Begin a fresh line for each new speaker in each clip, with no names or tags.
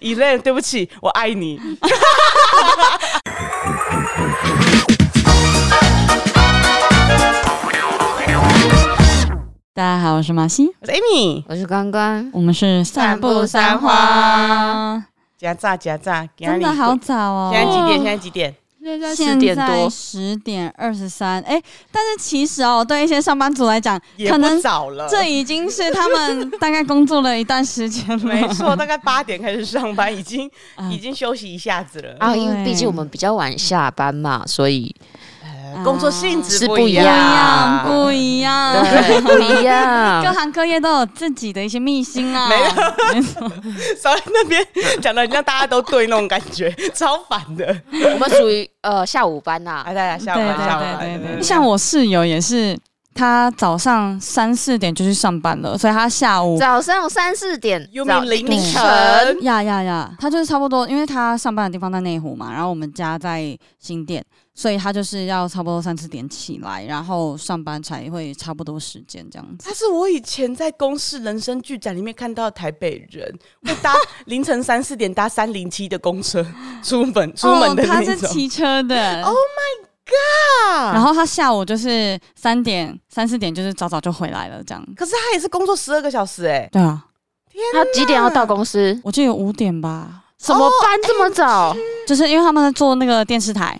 Elaine，对不起，我爱你。
大家好，我是马西，
我是 Amy，
我是关关，
我们是散步三花，
加炸加炸，今
真的好早哦。
现在几点？现在几点？
现
现在十点二十三，哎，但是其实哦，对一些上班族来讲，
也
可
不
能
早了。
这已经是他们大概工作了一段时间了。
没 错，大概八点开始上班，已经
啊
已经休息一下子了。
啊，因
对
为毕竟我们比较晚下班嘛，所以
呃工作性质啊
是
不
不
一
一
不一
样
样，，哎不一样，
对不一
各
样。
行各业都有自己的一些秘辛啊。
没 所以那边讲的像大家都对那种感觉， 超烦的。
我们属于呃下午班
啊，大家
呐，
下班下班，
对对对
对
对
对
对，像我室友也是，他早上三四点就去上班了，所以他下午
早上三四点，
You
早
mean 凌
凌
晨
晨？
呀呀呀，他就是差不多，因为他上班的地方在内湖嘛，然后我们家在新店，所以他就是要差不多三四点起来，然后上班才会差不多时间这样子。
他是我以前在公视人生剧展里面看到的台北人， 会 搭凌晨三四点搭三零七的公车出门出门的
哦、他
那
是
种。
骑车 的
Oh
然
啊！
后他下午就是三点三四点就是早早就回来了这样。
可是他也是工作十二个小时哎、
对啊，
他几点要到公
哦
司？
我记得有五点吧，
什么班这么早？
就是因为他们在做那个电视台，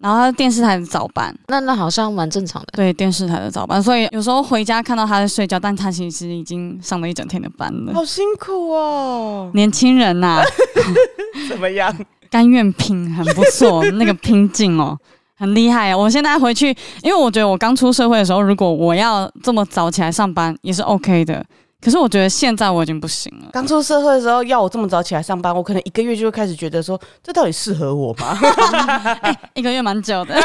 然后他电视台的早班，
那那好像蛮正常 的。
对电视台的早班，所以有时候回家看到他在睡觉，但他其实已经上了一整天的班了。
好辛苦哦。
年轻人呐、
怎么样？
甘愿拼，很不 错，那个拼劲哦，很厉害、啊。我现在回去，因为我觉得我刚出社会的时候，如果我要这么早起来上班也是 OK 的，可是我觉得现在我已经不行了。
刚出社会的时候，要我这么早起来上班，我可能一个月就会开始觉得说，这到底适合我吗？
一个月蛮久 的，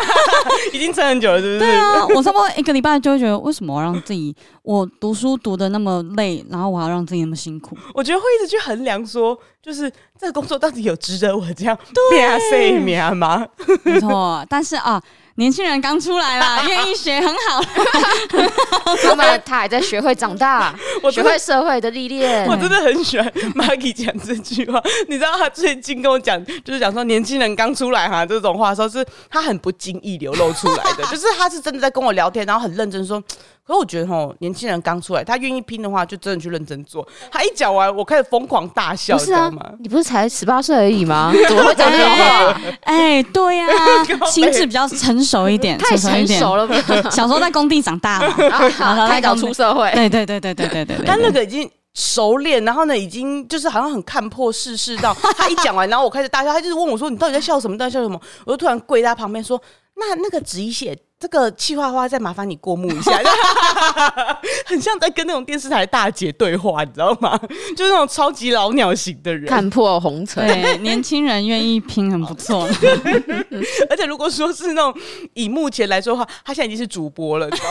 已经撑很久了，是不是？
对啊，我差不多一个礼拜就会觉得，为什么我让自己我读书读的那么累，然后我还要让自己那么辛 苦？
我觉得会一直去衡量说，就是这个工作到底有值得我这样啊变睡眠吗？
没错，但是啊，年轻人刚出来 啦，愿意学很好。
他们他还在学会长大，
我
学
真的
会社会的历练
我。真的很喜欢 Maggie 讲这句话。你知道他最近跟我讲，就是讲说年轻人刚出来哈这种话的时候，是他很不经意流露出来 的，就是他是真的在跟我聊天，然后很认真说。可我觉得吼，年轻人刚出来，他愿意拼的话，就真的去认真做。他一讲完，我开始疯狂大笑，
不
你知
是
道
啊
吗，？
你不是才十八岁而已 吗？怎么会讲这种 话？
哎、对 呀、
靠北
心智比较成熟一点，
太
一
成
点。
熟 了吧？
小时候在工地长大 嘛，
然后太早出社会，
对对对对对对对对。
他那个已经熟练，然后呢，已经就是好像很看破世事到他一讲完，然后我开始大笑，他就是问我说：“你到底在笑什么？到底在笑什么？”我就突然跪在他旁边说：“那那个纸一写。”这个气化花，再麻烦你过目一下， 很像在跟那种电视台大姐对话，你知道吗？就是那种超级老鸟型的人。
看破红尘。
对，年轻人愿意拼很不
哦
错。
而且如果说是那种以目前来说的话，他现在已经是主播了，你知道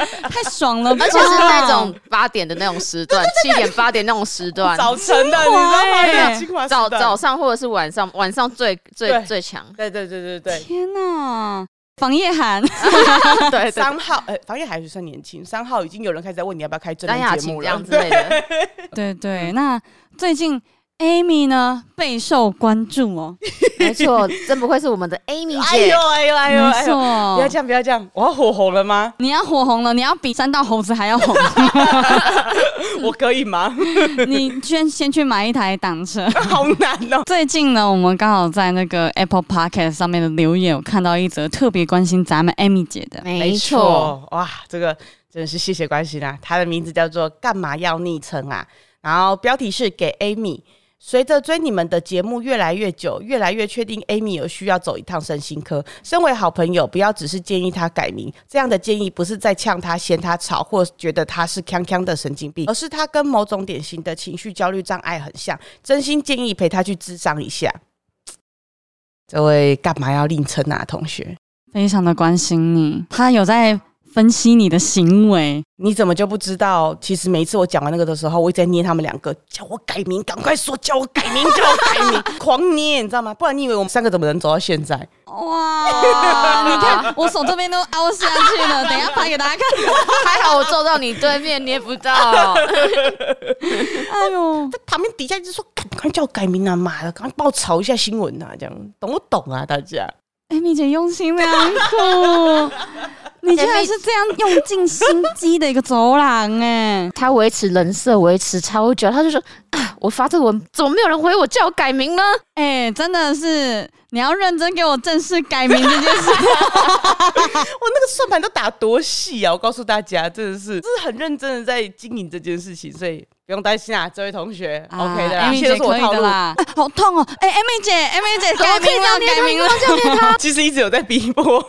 吗？
太爽 了吧，
而且是那种八点的那种时 段，七点八点那种时段，
早晨啊的，你知道吗？
欸
对，清华时
早
代
早，上或者是晚上，晚上最
对。
最最强
对对对对对，
天 哪！防夜寒，
对对，
三号，呃，房业还是算年轻。三号已经有人开始在问你要不要开真
张
人
雅
节
琴
目
这
了
样。之类 的，
对对。那最近 Amy 呢备受关注哦，
没错，真不愧是我们的 Amy
哎
姐
呦。哎呦哎呦
没
哎呦！不要
错
这。样，不要这样！我要火红了 吗？
你要火红了，你要比三道猴子还要红。
我可以吗？
你先先去买一台挡车。
好难哦！
最近呢，我们刚好在那个 Apple Podcast 上面的留言，有看到一则特别关心咱们 Amy 姐的。
没错，，
哇，这个真的是谢谢关心啊！他的名字叫做“干嘛要昵称啊”，然后标题是给 Amy。随着追你们的节目越来越久，越来越确定 Amy 有需要走一趟身心科。身为好朋友，不要只是建议她改名，这样的建议不是在呛她、嫌她吵，或觉得她是康康的神经病，而是她跟某种典型的情绪焦虑障碍很像。真心建议陪她去咨商一下。这位干嘛要另称啊，同学？
非常的关心你，他有在分析你的行为。
你怎么就不知道？其实每一次我讲完那个的时候，我一直在捏他们两个，叫我改名，赶快说，叫我改名，叫我改 名，狂捏，你知道吗？不然你以为我们三个怎么能走到现在？
哇，你看我手这边都凹下去 了，等一下拍给大家看。
还好我坐到你对面，捏不到。
哎呦，
在旁边底下一直说，赶快叫我改名啊，妈的，赶快帮我炒一下新闻啊，这样懂不懂啊？大家，
艾哎米姐用心良苦，你竟然是这样用尽心机的一个走廊哎、
他维持人设维持超久，他就说 啊，我发这个文怎么没有人回我，叫我改名呢？
哎、真的是你要认真给我正式改名这件 事。
我那个算盘都打多细啊！我告诉大家，真的是，这是很认真的在经营这件事情，所以不用担心啊，这位同学、o k 的啦，
艾
一
米
切都
姐
是我
可以
套
的
路。
啦。哎好痛哦！哎、艾米姐，艾米 姐改名了，改名了。
教练他。
其实一直有在逼迫，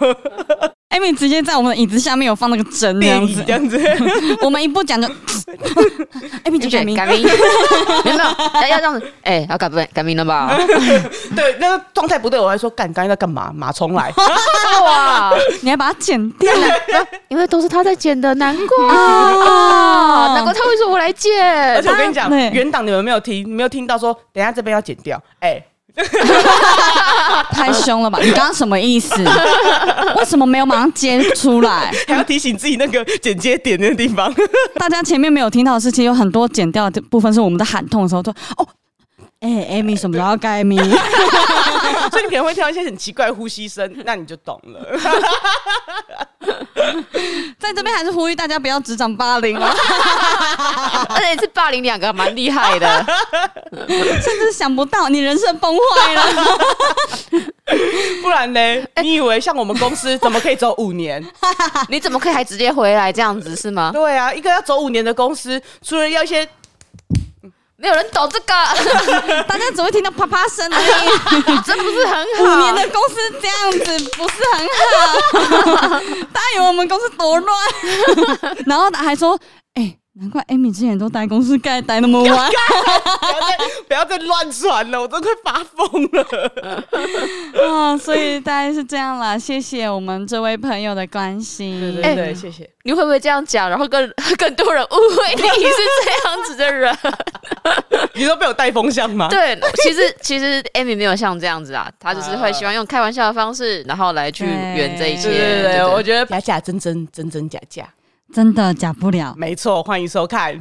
艾米直接在我们的椅子下面有放那个针这
电
样
影
子
这，样子。
我们一不讲就。艾米姐改名，
改名， 没有没有，要要这样子，哎、要改不改名了 吧？
对，那个状态不对，我还说干，刚才在干嘛？马重 来，
哇，
你还把它剪掉
啊因为都是他在剪的，难过 啊，
啊
难怪他会说我来剪。
而且我跟你讲，
对
原档你们没有听，你没有听到说，等一下这边要剪掉。哎、
太凶了吧？你刚刚什么意思？为什么没有马上接出来？
还要提醒自己那个剪接点那个地方。
大家前面没有听到的事情，有很多剪掉的部分是我们在喊痛的时候说：“哦，哎、艾米什么时候要改名？”
所以你可能会听到一些很奇怪的呼吸声，那你就懂了。
在这边还是呼吁大家不要只长霸凌哦，
而且是霸凌两个，蛮厉害 的。
甚至想不到你人设崩坏了。
不然呢？你以为像我们公司怎么可以走五 年？
你怎么可以还直接回来这样子是吗？
对啊，一个要走五年的公司，除了要一 些
没有人懂这个，
大家只会听到啪啪声而已。
真不是很好。
五年的公司这样子不是很好，大家以为我们公司多乱， 然后还说：“哎、难怪艾米之前都待公司盖待那么 晚。”
不要再不要再乱传了，我真快发疯了。
啊，所以大概是这样啦，谢谢我们这位朋友的关心。
对
哎
对对，谢谢。
你会不会这样讲，然后 更更多人误会你是这样子的人？
你都被我带风向吗？
对，其实其实 Amy 没有像这样子啊，她就是会喜欢用开玩笑的方式，然后来去圆这一切。
对对对，我觉得假假真真真真假假。
真的假不了。
没错，欢迎收看。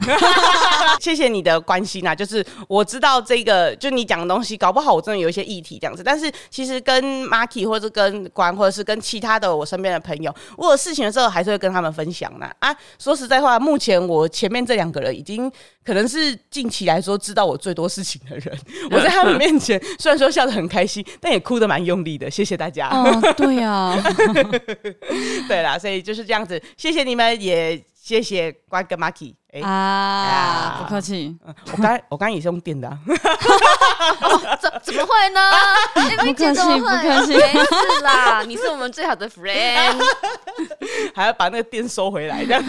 谢谢你的关心啊，就是我知道这个，就你讲的东西，搞不好我真的有一些议题这样子。但是其实跟 Marky 或者跟关，或者是跟其他的我身边的朋友，我有事情的时候还是会跟他们分享啦。啊，说实在话，目前我前面这两个人已经可能是近期来说知道我最多事情的人。我在他们面前虽然说笑得很开心，但也哭得蛮用力的。谢谢大家。
哦，对呀、
对啦，所以就是这样子，谢谢你们，也谢谢关跟 Marky。哎、
啊，不客气。
我刚才我刚才也是用电的、啊，
怎怎么会 呢？Amy 哎姐怎么
不
会？
客气不客气
没事啦，你是我们最好的 friend。
还要把那个电收回来，这样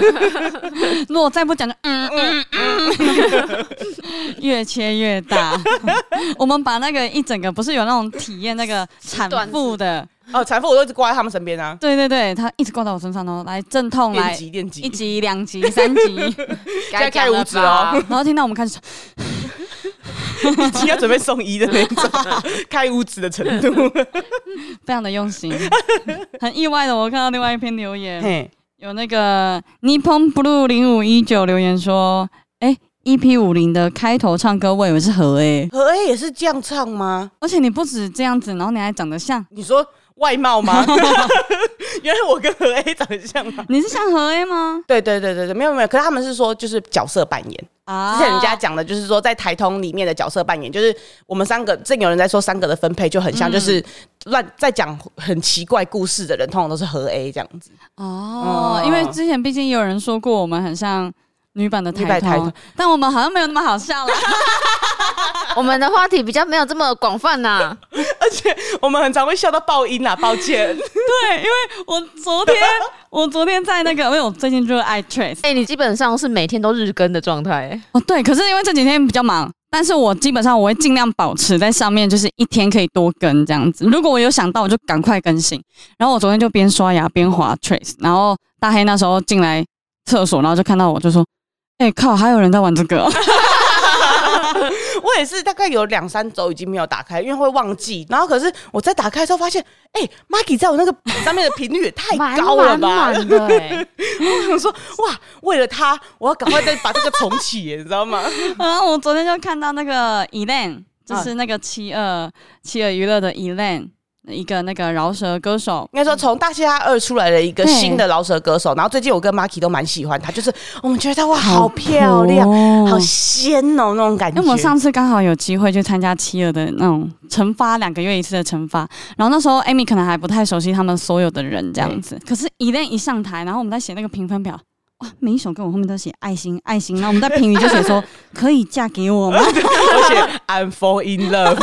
如果再不讲，就嗯嗯嗯， 越切越大。 我们把那个一整个，不是有那种体验那个产妇的，
哦，产妇我都一直挂在他们身边啊，
对对对，他一直挂到我身上哦，来阵痛
电
来。
击电
一
击，
集、两集、三集，
在开
讲了
五指哦
吧
然后听到我们开始说，
已经要准备送医的那 种，开无子的程度。
非常的用心，很意外的，我看到另外一篇留言，
嘿，
有那个 Nippon Blue 零五一九留言说，哎、e p 五零的开头唱歌，我以为是何哎、
何 A 也是这样唱吗？
而且你不止这样子，然后你还长得像，
你说外貌吗？ 原来我跟何 A 长得像吗？
你是像何 A 吗？
对对对对对，没有没有，可是他们是说就是角色扮演，
啊
之前人家讲的就是说在台通里面的角色扮演，就是我们三个，正有人在说三个的分配就很像，就是乱在讲很奇怪故事的人，通常都是何 A 这样子。
哦，
嗯
因为之前毕竟也有人说过我们很像女版的
女版
台
台
头
通，
但我们好像没有那么好笑了。
我们的话题比较没有这么广泛 呐。
而且我们很常会笑到爆 音啦，啊抱歉。
对，因为我昨 天我昨天在那个，因为我最近就是爱 trace
哎，你基本上是每天都日更的状态。
哦，对，可是因为这几天比较忙。但是我基本上我会尽量保持在上面，就是一天可以多更这样子。如果我有想到，我就赶快更新。然后我昨天就边刷牙边滑 trace，然后大黑那时候进来厕所，然后就看到我，就说：“哎、靠，还有人在玩这 个哦、
我也是大概有两三周已经没有打开，因为会忘记。然后可是我在打开的时候发现，哎、m a g g i e 在我那个板上面的频率也太
蛮
高了吧？
满 的欸
我想说，哇，为了他，我要赶快再把这个重启耶，你知道吗？
然后我昨天就看到那个 Elan，就是那个七二七二娱乐的 Elan，一个那个饶舌歌手。
应该说，从大嘻哈二出来了一个新的饶舌歌手，然后最近我跟 Marky 都蛮喜欢他，就是我们觉得她哇，好漂亮，
哦
嗯
好鲜哦，那种感
因
觉。
为我们上次刚好有机会去参加七二的那种惩罚，两个月一次的惩罚。然后那时候 Amy 可能还不太熟悉他们所有的人这样子，可是 Elan 一上台，然后我们在写那个评分表。哇，每一首歌我后面都写爱心，爱心。然后我们在评语就写说，可以嫁给我吗？
而且 I'm fall in love，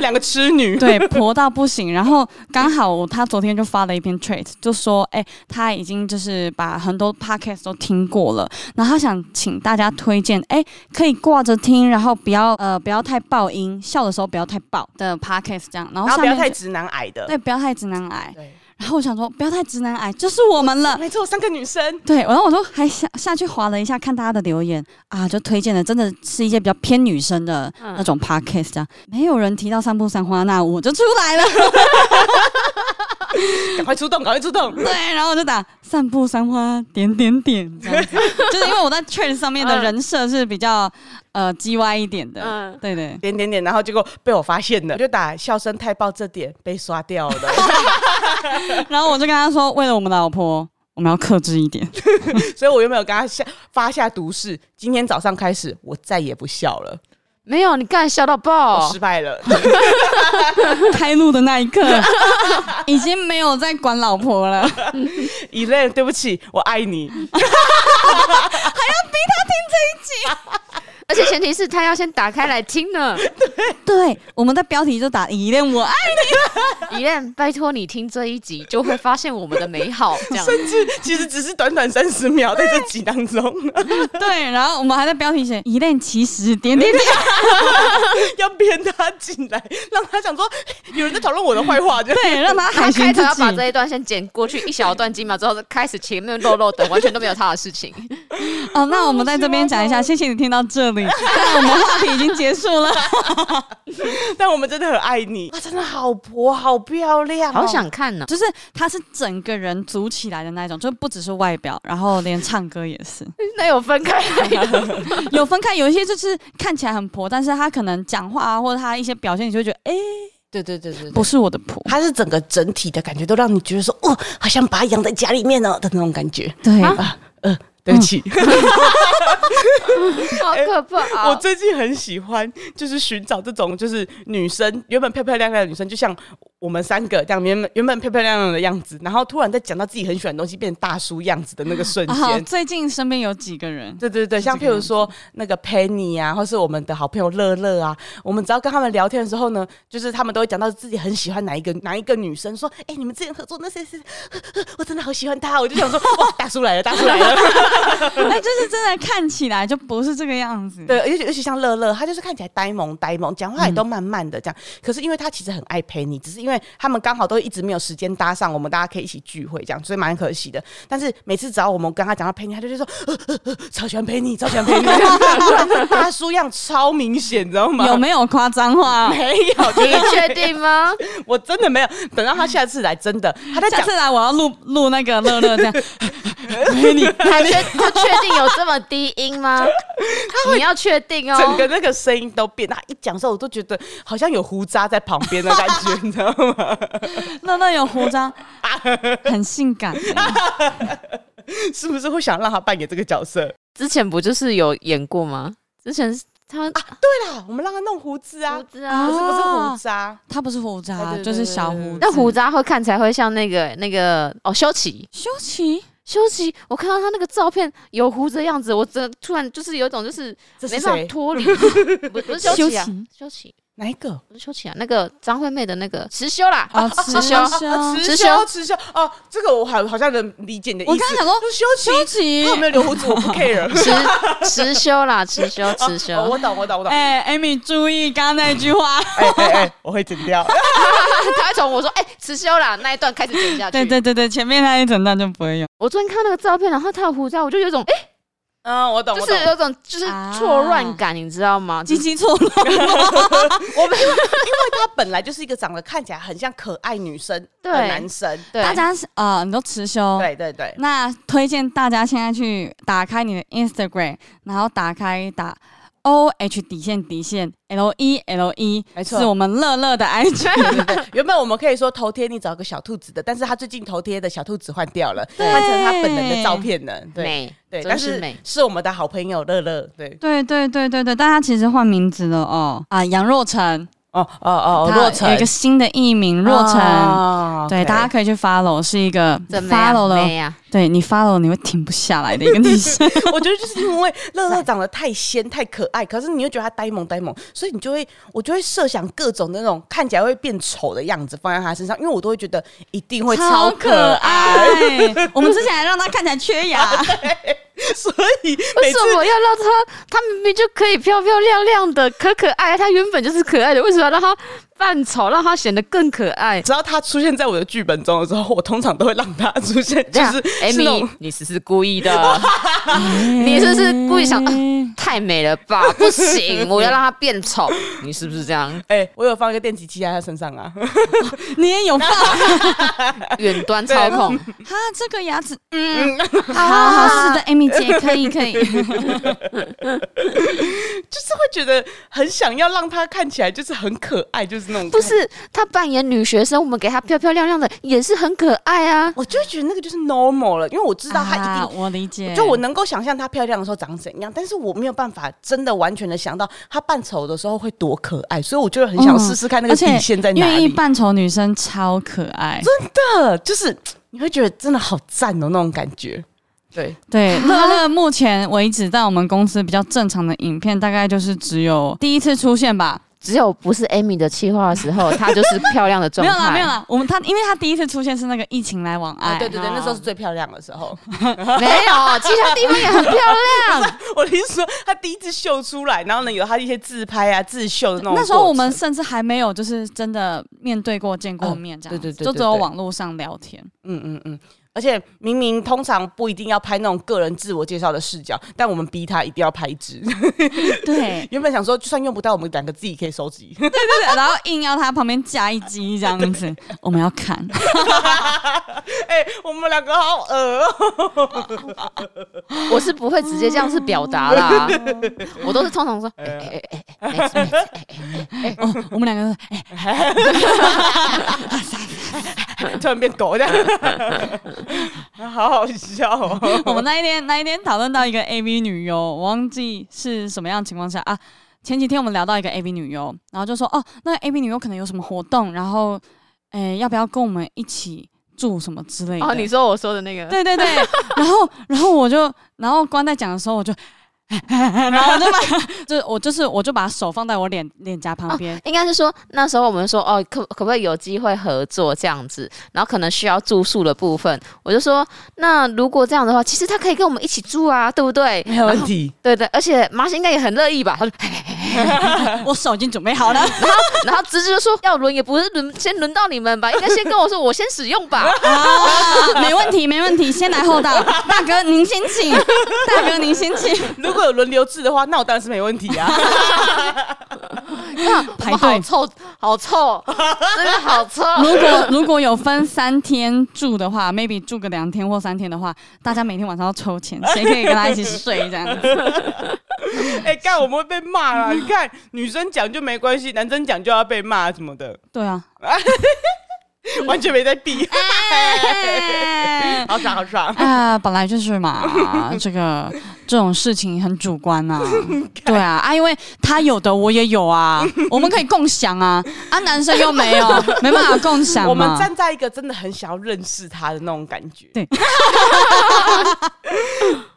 两 个痴女，
对，婆到不行。然后刚好我他昨天就发了一篇 tweet，就说，哎、他已经就是把很多 podcast 都听过了，然后他想请大家推荐，哎、可以挂着听，然后不要呃不要太爆音，笑的时候不要太爆的 podcast 这样，然
然后
后下
不要
面
太
就
直男癌的。
对不要太直男癌。
对，
然后我想说，不要太直男癌，就是我们 了。
没错，三个女生。
对，然后我都还下下去划了一下，看大家的留言啊，就推荐的真的是一些比较偏女生的
嗯
那种 podcast，这样、没有人提到散步散花，啊那我就出来了。
赶快出动，赶快出动！
对，然后我就打散步三花点点点这样子，就是因为我在 t r e n 上面的
嗯
人设是比较呃 G Y 一点的，
嗯
对对。
点点点，然后结果被我发现了，我就打笑声太爆，这点被刷掉 了，
然后我就跟他说，为了我们老婆，我们要克制一点。
所以我原本有跟他下发下毒誓，今天早上开始我再也不笑了，
没有，你刚才笑到
我
爆
失，败了。
开路的那 一刻，已经没有在管老婆了，
e l a n 对不起，我爱你。
而且前提是他要先打开来听呢。
对，我们在标题就打依恋我爱
李燕，拜托你听这一集，就会发现我们的美好。这 样，
甚至其实只是短短三十秒，在这集当中
你， 对，然后我们还在标题写依恋其实点点点，
要编他进来，让他想说 有人在讨论我的坏话， 就
对，让他
他
海
开
巡
头
自
要把
己
这。一段先剪过去一小段几秒之后，开始前面肉肉等，完全都没有他的事 情。
哦，那我们在这边讲一 下，谢谢你听到这里，但我们话题已经结束了。
但我们真的很爱你，她啊真的好婆，好漂亮哦、
好想看呢、
就是他是整个人组起来的那一种，就不只是外表，然后连唱歌也是
那有分开来的
有分开。有一些就是看起来很婆，但是他可能讲话啊，或者他一些表现，你就会觉得，哎、
对对对对对，
不是我的婆。
它是整个整体的感觉都让你觉得说，哦，好像把它养在家里面哦的那种感觉。
对，
啊，呃，对不起，
好可 怕、
我
啊！
最近很喜欢，就是寻找这种就是女生原本漂漂亮亮的女生，就像我们三个这样原本原本漂漂亮亮的样子，然后突然在讲到自己很喜欢的东西，变成大叔样子的那个瞬
啊好，
间。
最近身边有几个人，
对对对，像譬如说那个 Penny 啊，或是我们的好朋友乐乐啊，我们只要跟他们聊天的时候呢，就是他们都会讲到自己很喜欢哪一个哪一个女生，说：“哎、你们之前合作那谁谁， 我真的好喜欢她。”我就想说，哇，大叔来了，大叔来了。
哎，就是真的看起来就不是这个样子。
对，尤其尤其像乐乐，他就是看起来呆萌呆萌，讲话也都慢慢的这样。可是因为他其实很爱陪你，只是因为他们刚好都一直没有时间搭上，我们大家可以一起聚会这样，所以蛮可惜的。但是每次只要我们跟他讲到陪你，他就就说呃呃呃超喜欢陪你，超喜欢陪你，突 然就大叔样超明显，你知道吗？
有没有夸张话？
没有，就
你
是
确定吗？
我真的没有。等到他下次来，真的他在
下
讲
次来我要录录那个乐乐这样， 你
他确他确定有这么低音 吗？你要确定哦。
整个那个声音都变，他一讲的时候，我都觉得好像有胡渣在旁边的感觉，你知道吗？
乐乐有胡渣，
啊
很 性感。
是不是会想让他扮演这个角色？
之前不就是有演过吗？之前是他
我们让他弄胡子啊
啊胡，子啊
可是不是胡
哦
渣，
他不是胡
哎
渣，
对对
就是
对
小
对对
胡。
那胡啊渣会看起来会像那个那个哦，修齐
修齐，
修齐，我看到他那个照片有胡子的样子，我真的突然就是有一种就是
这是
没办法
谁？
脱 离，不不是修齐啊
修齐，
修齐
哪一个？
不是修齐啊，那个张惠妹的那个实修啦，
啊，
持哦修
修
持
持
修
修
持修哦，这个我好好像能理解你的意思。
我刚才想说
就修
修
齐，
齐
他，有没有留胡子我不 care。
持持修啦，持修持
哦
修，
哎
我懂，我懂，我懂。
哎、a m y 注意刚刚那句话，
哎哎哎，我会剪掉。
他会从我说哎辞修啦那一段开始剪下去。
对对对对，前面那一整段就不会有。
我昨天看那个照片，然后他有胡渣，我就有一种哎、
嗯，我懂，
就
我
是
懂。
有种就是错
啊
乱感，你知道吗？
鸡鸡错乱，
我们因为因为她本来就是一个长得看起来很像可爱女生的
对
男生，
对，
大家是啊，你都持修。
对对对，
那推荐大家现在去打开你的 Instagram，然后打开打 O H 底线底线 L E L E，
没错
是我们乐乐 的 IG。
原本我们可以说头贴你找个小兔子的，但是他最近头贴的小兔子换掉了，
对
换成他本人的照片了。对
美，
对，
真
但
是
是
美。
是我们的好朋友乐乐。对
对对对对对，但他其实换名字了哦啊，杨若晨，
哦哦哦，
他
若晨
有一个新的艺名若晨，
哦
对
OK
大家可以去 follow，是一个
怎么样啊
follow 了，
美呀、
对你 follow 你会停不下来的一个女生，
我觉得就是因为乐乐长得太仙太可爱，可是你又觉得他呆萌呆萌，所以你就会我就会设想各种那种看起来会变丑的样子放在他身上，因为我都会觉得一定 会超可爱，
爱。我们之前还让她看起来缺牙，
所以每
为
次
什么要让她？她明明就可以漂漂亮亮的、可可爱，她原本就是可爱的，为什么要让她扮丑，让她显得更可爱？
只要他出现在我的剧本中的时候，我通常都会让他出现，就是是那种
Amy，你是不是故意 的？你是不是故意想？啊太美了吧，不 行，我要让她变丑。你是不是这样？
哎、我有放一个电击器在他身上啊，
你也有放啊？
远端操控，
这个牙齿， 嗯，好好好，是的，Amy 姐可以可以，
就是会觉得很想要让他看起来就是很可爱，就是那种
不
感觉。
是她扮演女学生，我们给她漂漂亮亮的也是很可爱啊。
我就会觉得那个就是 normal 了，因为我知道他 一定
啊我理解，
就我嗯能够想象她漂亮的时候长怎样，但是我没有办法真的完全的想到她扮丑的时候会多可爱，所以我就很想试试看那个
而且
底线在哪
愿
里。
意扮丑女生超可爱，
真的就是你会觉得真的好赞哦，那种感觉。对，
对，乐乐目前为止在我们公司比较正常的影片，大概就是只有第一次出现吧，
只有不是 Amy 的气话的时候，她就是漂亮的状
没
态。
有 啦，没有啦，我们他因为他第一次出现是那个疫情来往爱，
啊对对对，
哦
那时候是最漂亮的时候。
没 有，其他地方也很漂 亮。
我的意思说，她第一次秀出来，然后呢有她一些自拍啊、自秀的那种过程。
那时候我们甚至还没有就是真的面对过、见过面这
哦
样，
对对对
就
对
只有
对
网络上聊天。
嗯嗯嗯。而且明明通常不一定要拍那种个人自我介绍的视角，但我们逼她一定要拍一支。
对
原本想说，就算用不到，我们两个自己可以收集。
对，然后硬要他旁边加一击这样子，我们要看。
哎、我们两个好恶、哦。
我是不会直接这样子表达 啦，我都是通常说，哎哎哎哎哎哎哎哎
哦，我们两个说哎、
突然变狗这样， 好好笑哦！
哎我们那一天那一天讨论到一个 AV 女优，我忘记是什么样的情况下啊。前几天我们聊到一个 AV 女优，然后就说哦，那个 AV 女优可能有什么活动，然后诶、要不要跟我们一起住什么之类的？
哦，你说我说的那个，
对对对，然后然后我就，然后关在讲的时候，我就，然后我就把，就是我就是我就把手放在我脸脸颊旁边，
应该是说那时候我们说哦，可可不可以有机会合作这样子，然后可能需要住宿的部分，我就说那如果这样的话，其实他可以跟我们一起住啊，对不 对？
没有问题，
对对，而且麻行应该也很乐意吧。他说
我手已经准备 好了，
然后直直就说要轮也不是轮，先轮到你们吧，应该先跟我说，我先使用吧。
啊，没问题没问题，先来后到，大哥您先请，大哥您先请，
如果有轮流制的话，那我当然是没问 题啊。
啊
排
我好
队
臭，好臭，真的好臭。
如果如果有分三天住的话，maybe 住个两天或三天的话，大家每天晚上要抽钱，谁可以跟他一起睡这样子？
哎、干我们会被骂啊 啦！你看，女生讲就没关系，男生讲就要被骂什么的，
对 啊，
完全没在避。嗯 好爽，好 爽！
啊，本来就是 嘛，这个这种事情很主观呐、对啊，啊，因为他有的我也 有啊，我们可以共享啊，啊，男生又没有，没办法共享嘛。
我们站在一个真的很想要认识他的那种感觉。
对，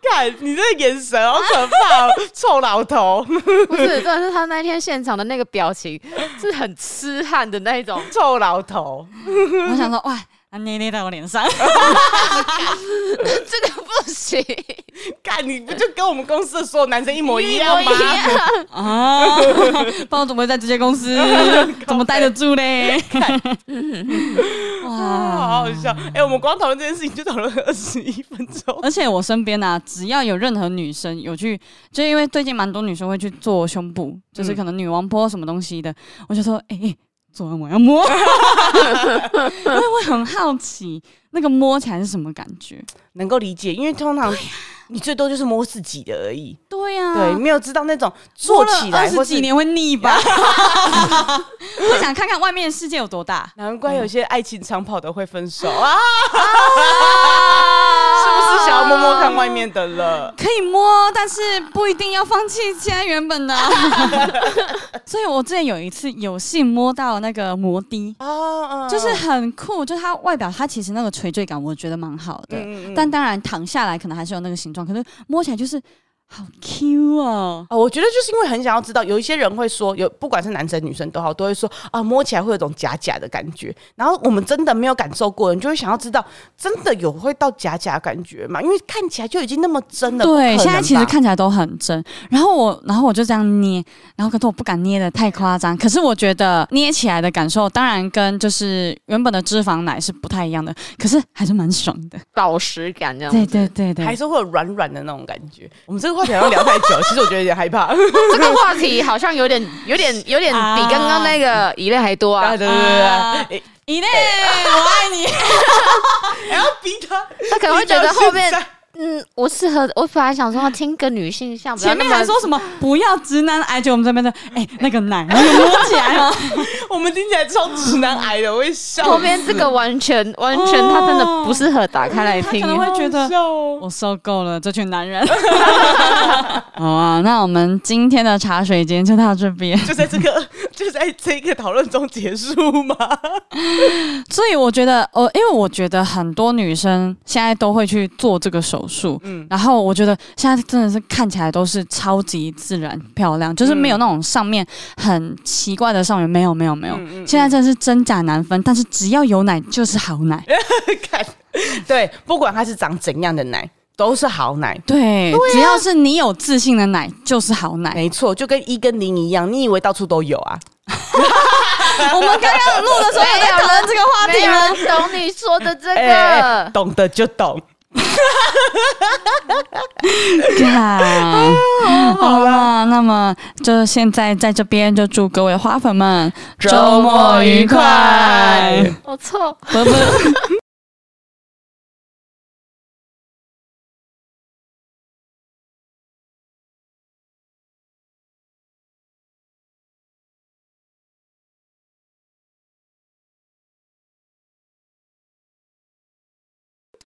看你这个眼神好可怕、哦， 臭老头，
不是，真的是他那天现场的 那个表情是很痴汉的那一种。
臭老头，
我想说，哇，他捏捏在我 脸上，
这个不 行，
干，你不就跟我们公司的所有男生一模一样吗？
一模一 样
啊，不然我怎么会在这间公司？ 怎么待得住嘞？
啊
哇！
好好笑！哎、我们光讨论这件事情就讨论了二十一分钟。
而且我身边啊，只要有任何女生有去，就因为最近蛮多女生会去做胸部，就是
嗯
可能女王坡什么东西的，我就说，哎、欸，做完我要摸， 因为我很好奇那个摸起来是什么感觉。
能够理解，因为通常啊你最多就是摸自己的而已，
对呀、
对，没有知道那种做起来或
十几
是。
年会 腻吧？我想看看外面的世界有多 大。
难怪有些爱情长跑的会分手啊！
是
是不是想要摸摸看外面的了？
可以摸，但是不一定要放弃现在原本的 啊。所以我之前有一次有幸摸到那个摩的，
啊，
就是很酷，就是它外表它其实那个垂坠感，我觉得蛮好的。
嗯嗯嗯
但当然躺下来可能还是有那个形状，可是摸起来就是好 Q 哦。
哦，我觉得就是因为很想要知道，有一些人会说，有不管是男生女生都好，都会说啊，摸起来会有种假假的感觉。然后我们真的没有感受过，你就会想要知道，真的有会到假假的感觉吗？因为看起来就已经那么真了，不可能
对，
吧
现在其实看起来都很真。然后我，然后我就这样捏，然后可是我不敢捏的太夸张。可是我觉得捏起来的感受，当然跟就是原本的脂肪奶是不太一样的，可是还是蛮爽的。
宝石感这样。
对对对对，
还是会有软软的那种感觉。我们这个话题好像聊太久，其实我觉得有点害怕。
这个话题好像有点、有点、有点比刚刚那个一类还多 啊
对对！对哎对对，
一类，我爱你。
然后逼他，
他可能会觉得
逼到
后面
现，在
嗯，我适合。我本来想说听个女性像，不要
前
那
面
么
还说什么 不要直男癌，就我们这边的，哎、那个奶，那个摸起来哦，
我们听起来超直男癌的，我会笑死。
后面这个完全完全，
哦嗯
他真的不适合打开来
他
听
可。能会觉
好
得
笑哦
我受够了这群男人。 好啊，那我们今天的茶水间就到这边。
就在这个就在这个讨论中结束吗？
所以我觉得，呃，因为我觉得很多女生现在都会去做这个手术，嗯，然后我觉得现在真的是看起来都是超级自然漂亮，就是没有那种上面很奇怪的上面，没有没有没有，现在真的是真假难分，但是只要有奶就是好奶。
看，对，不管它是长怎样的奶，都是好奶。
对，只要是你有自信的奶就是好奶。
没错，就跟一跟零一样，你以为到处都有啊？
啊我们刚刚录的时候有在讨论这个话
没
题
有
吗？
人懂你说的 这
哎哎哎
个，
懂得就懂。
看啊 好了，那么就现在在这边就祝各位花粉们
周末愉快
我错。
拜拜。